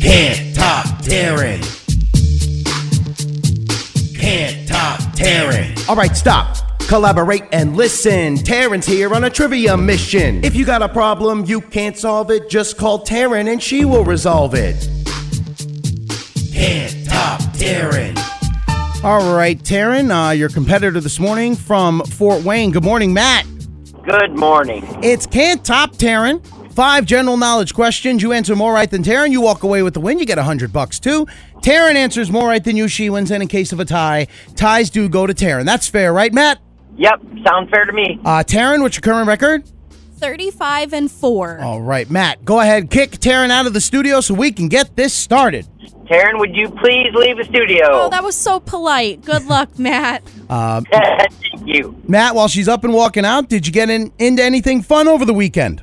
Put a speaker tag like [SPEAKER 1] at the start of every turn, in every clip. [SPEAKER 1] Can't top Darren. Can't top Darren.
[SPEAKER 2] All right, stop. Collaborate and listen. Taryn's here on a trivia mission. If you got a problem you can't solve it, just call Taryn and she will resolve it.
[SPEAKER 1] Can't top Darren.
[SPEAKER 2] All right, Taryn, uh, your competitor this morning from Fort Wayne. Good morning, Matt.
[SPEAKER 3] Good morning.
[SPEAKER 2] It's can't top Taryn. Five general knowledge questions. You answer more right than Taryn, you walk away with the win. You get a hundred bucks too. Taryn answers more right than you. She wins. And in case of a tie, ties do go to Taryn. That's fair, right, Matt?
[SPEAKER 3] Yep, sounds fair to me.
[SPEAKER 2] Uh, Taryn, what's your current record?
[SPEAKER 4] 35 and 4.
[SPEAKER 2] All right, Matt, go ahead, kick Taryn out of the studio so we can get this started.
[SPEAKER 3] Taryn, would you please leave the studio?
[SPEAKER 4] Oh, that was so polite. Good luck, Matt.
[SPEAKER 3] Thank you.
[SPEAKER 2] Matt, while she's up and walking out, did you get in, into anything fun over the weekend?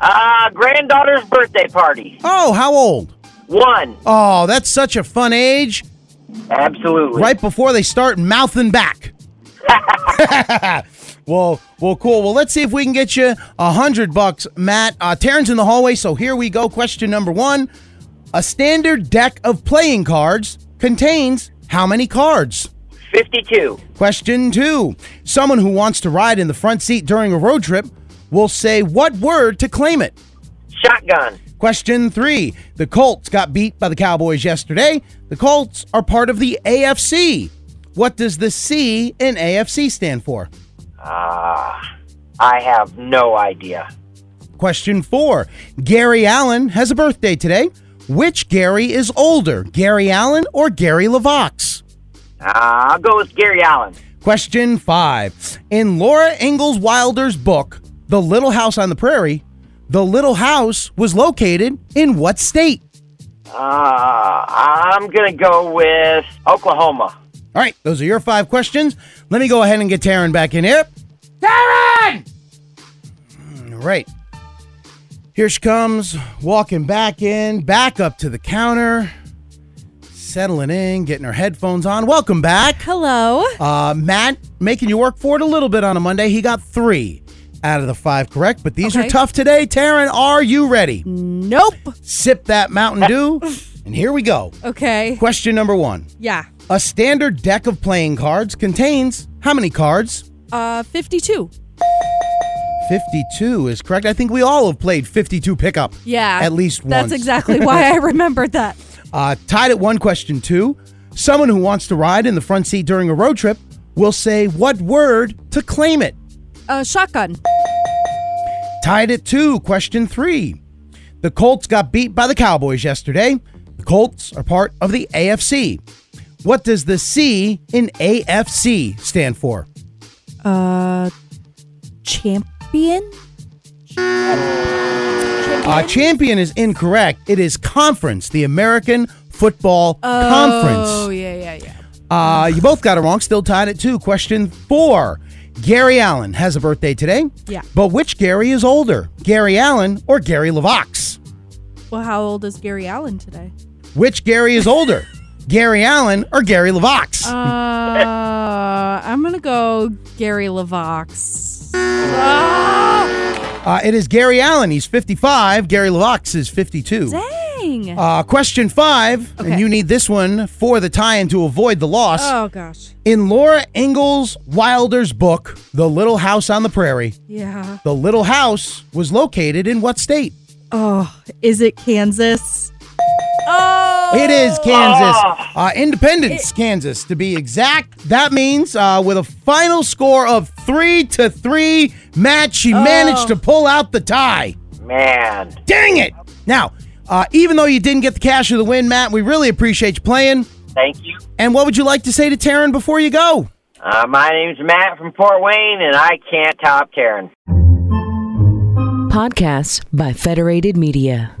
[SPEAKER 3] Uh, granddaughter's birthday party.
[SPEAKER 2] Oh, how old?
[SPEAKER 3] One.
[SPEAKER 2] Oh, that's such a fun age.
[SPEAKER 3] Absolutely.
[SPEAKER 2] Right before they start mouthing back. well, well, cool. Well, let's see if we can get you a hundred bucks, Matt. Uh, Taryn's in the hallway, so here we go. Question number one: A standard deck of playing cards contains how many cards?
[SPEAKER 3] 52.
[SPEAKER 2] Question two: Someone who wants to ride in the front seat during a road trip will say what word to claim it.
[SPEAKER 3] Shotgun.
[SPEAKER 2] Question three The Colts got beat by the Cowboys yesterday. The Colts are part of the AFC. What does the C in AFC stand for?
[SPEAKER 3] Uh, I have no idea.
[SPEAKER 2] Question four Gary Allen has a birthday today. Which Gary is older, Gary Allen or Gary LaVox?
[SPEAKER 3] Uh, I'll go with Gary Allen.
[SPEAKER 2] Question five. In Laura Ingalls Wilder's book, The Little House on the Prairie, the Little House was located in what state?
[SPEAKER 3] Uh, I'm going to go with Oklahoma.
[SPEAKER 2] All right, those are your five questions. Let me go ahead and get Taryn back in here. Taryn! All right. Here she comes, walking back in, back up to the counter, settling in, getting her headphones on. Welcome back.
[SPEAKER 4] Hello.
[SPEAKER 2] Uh, Matt, making you work for it a little bit on a Monday. He got three out of the five correct, but these are
[SPEAKER 4] Okay.
[SPEAKER 2] tough today. Taryn, are you ready?
[SPEAKER 4] Nope.
[SPEAKER 2] Sip that Mountain Dew, and here we go.
[SPEAKER 4] Okay.
[SPEAKER 2] Question number one.
[SPEAKER 4] Yeah.
[SPEAKER 2] A standard deck of playing cards contains how many cards?
[SPEAKER 4] Uh 52.
[SPEAKER 2] 52 is correct. I think we all have played 52 pickup.
[SPEAKER 4] Yeah.
[SPEAKER 2] At least once.
[SPEAKER 4] That's exactly why I remembered that.
[SPEAKER 2] Uh, tied at one question two. Someone who wants to ride in the front seat during a road trip will say what word to claim it.
[SPEAKER 4] Uh shotgun.
[SPEAKER 2] Tied at two. Question three. The Colts got beat by the Cowboys yesterday. The Colts are part of the AFC. What does the C in AFC stand for?
[SPEAKER 4] Uh champion?
[SPEAKER 2] Uh, champion is incorrect. It is conference, the American Football
[SPEAKER 4] Oh,
[SPEAKER 2] Conference.
[SPEAKER 4] yeah, yeah, yeah.
[SPEAKER 2] Uh, you both got it wrong. Still tied at two. Question four. Gary Allen has a birthday today.
[SPEAKER 4] Yeah.
[SPEAKER 2] But which Gary is older, Gary Allen or Gary LaVox?
[SPEAKER 4] Well, how old is Gary Allen today?
[SPEAKER 2] Which Gary is older, Gary Allen or Gary LaVox?
[SPEAKER 4] Uh, I'm gonna go Gary Lavox.
[SPEAKER 2] Uh, it is Gary Allen. He's 55. Gary LaVox is 52.
[SPEAKER 4] Dang.
[SPEAKER 2] Uh, question five, and
[SPEAKER 4] Okay.
[SPEAKER 2] you need this one for the tie in to avoid the loss.
[SPEAKER 4] oh gosh.
[SPEAKER 2] In Laura Ingalls Wilder's book, The Little House on the Prairie,
[SPEAKER 4] Yeah.
[SPEAKER 2] the Little House was located in what state?
[SPEAKER 4] Oh, is it Kansas? Oh,
[SPEAKER 2] It is Kansas.
[SPEAKER 3] Ah.
[SPEAKER 2] Uh, Independence, Kansas, to be exact. That means uh, with a final score of three to three, Matt, she managed to pull out the tie.
[SPEAKER 3] Man.
[SPEAKER 2] Dang it! Now, uh, even though you didn't get the cash of the win, Matt, we really appreciate you playing.
[SPEAKER 3] Thank you.
[SPEAKER 2] And what would you like to say to Taryn before you go?
[SPEAKER 3] Uh, my name's Matt from Fort Wayne, and I can't top Taryn.
[SPEAKER 5] Podcasts by Federated Media.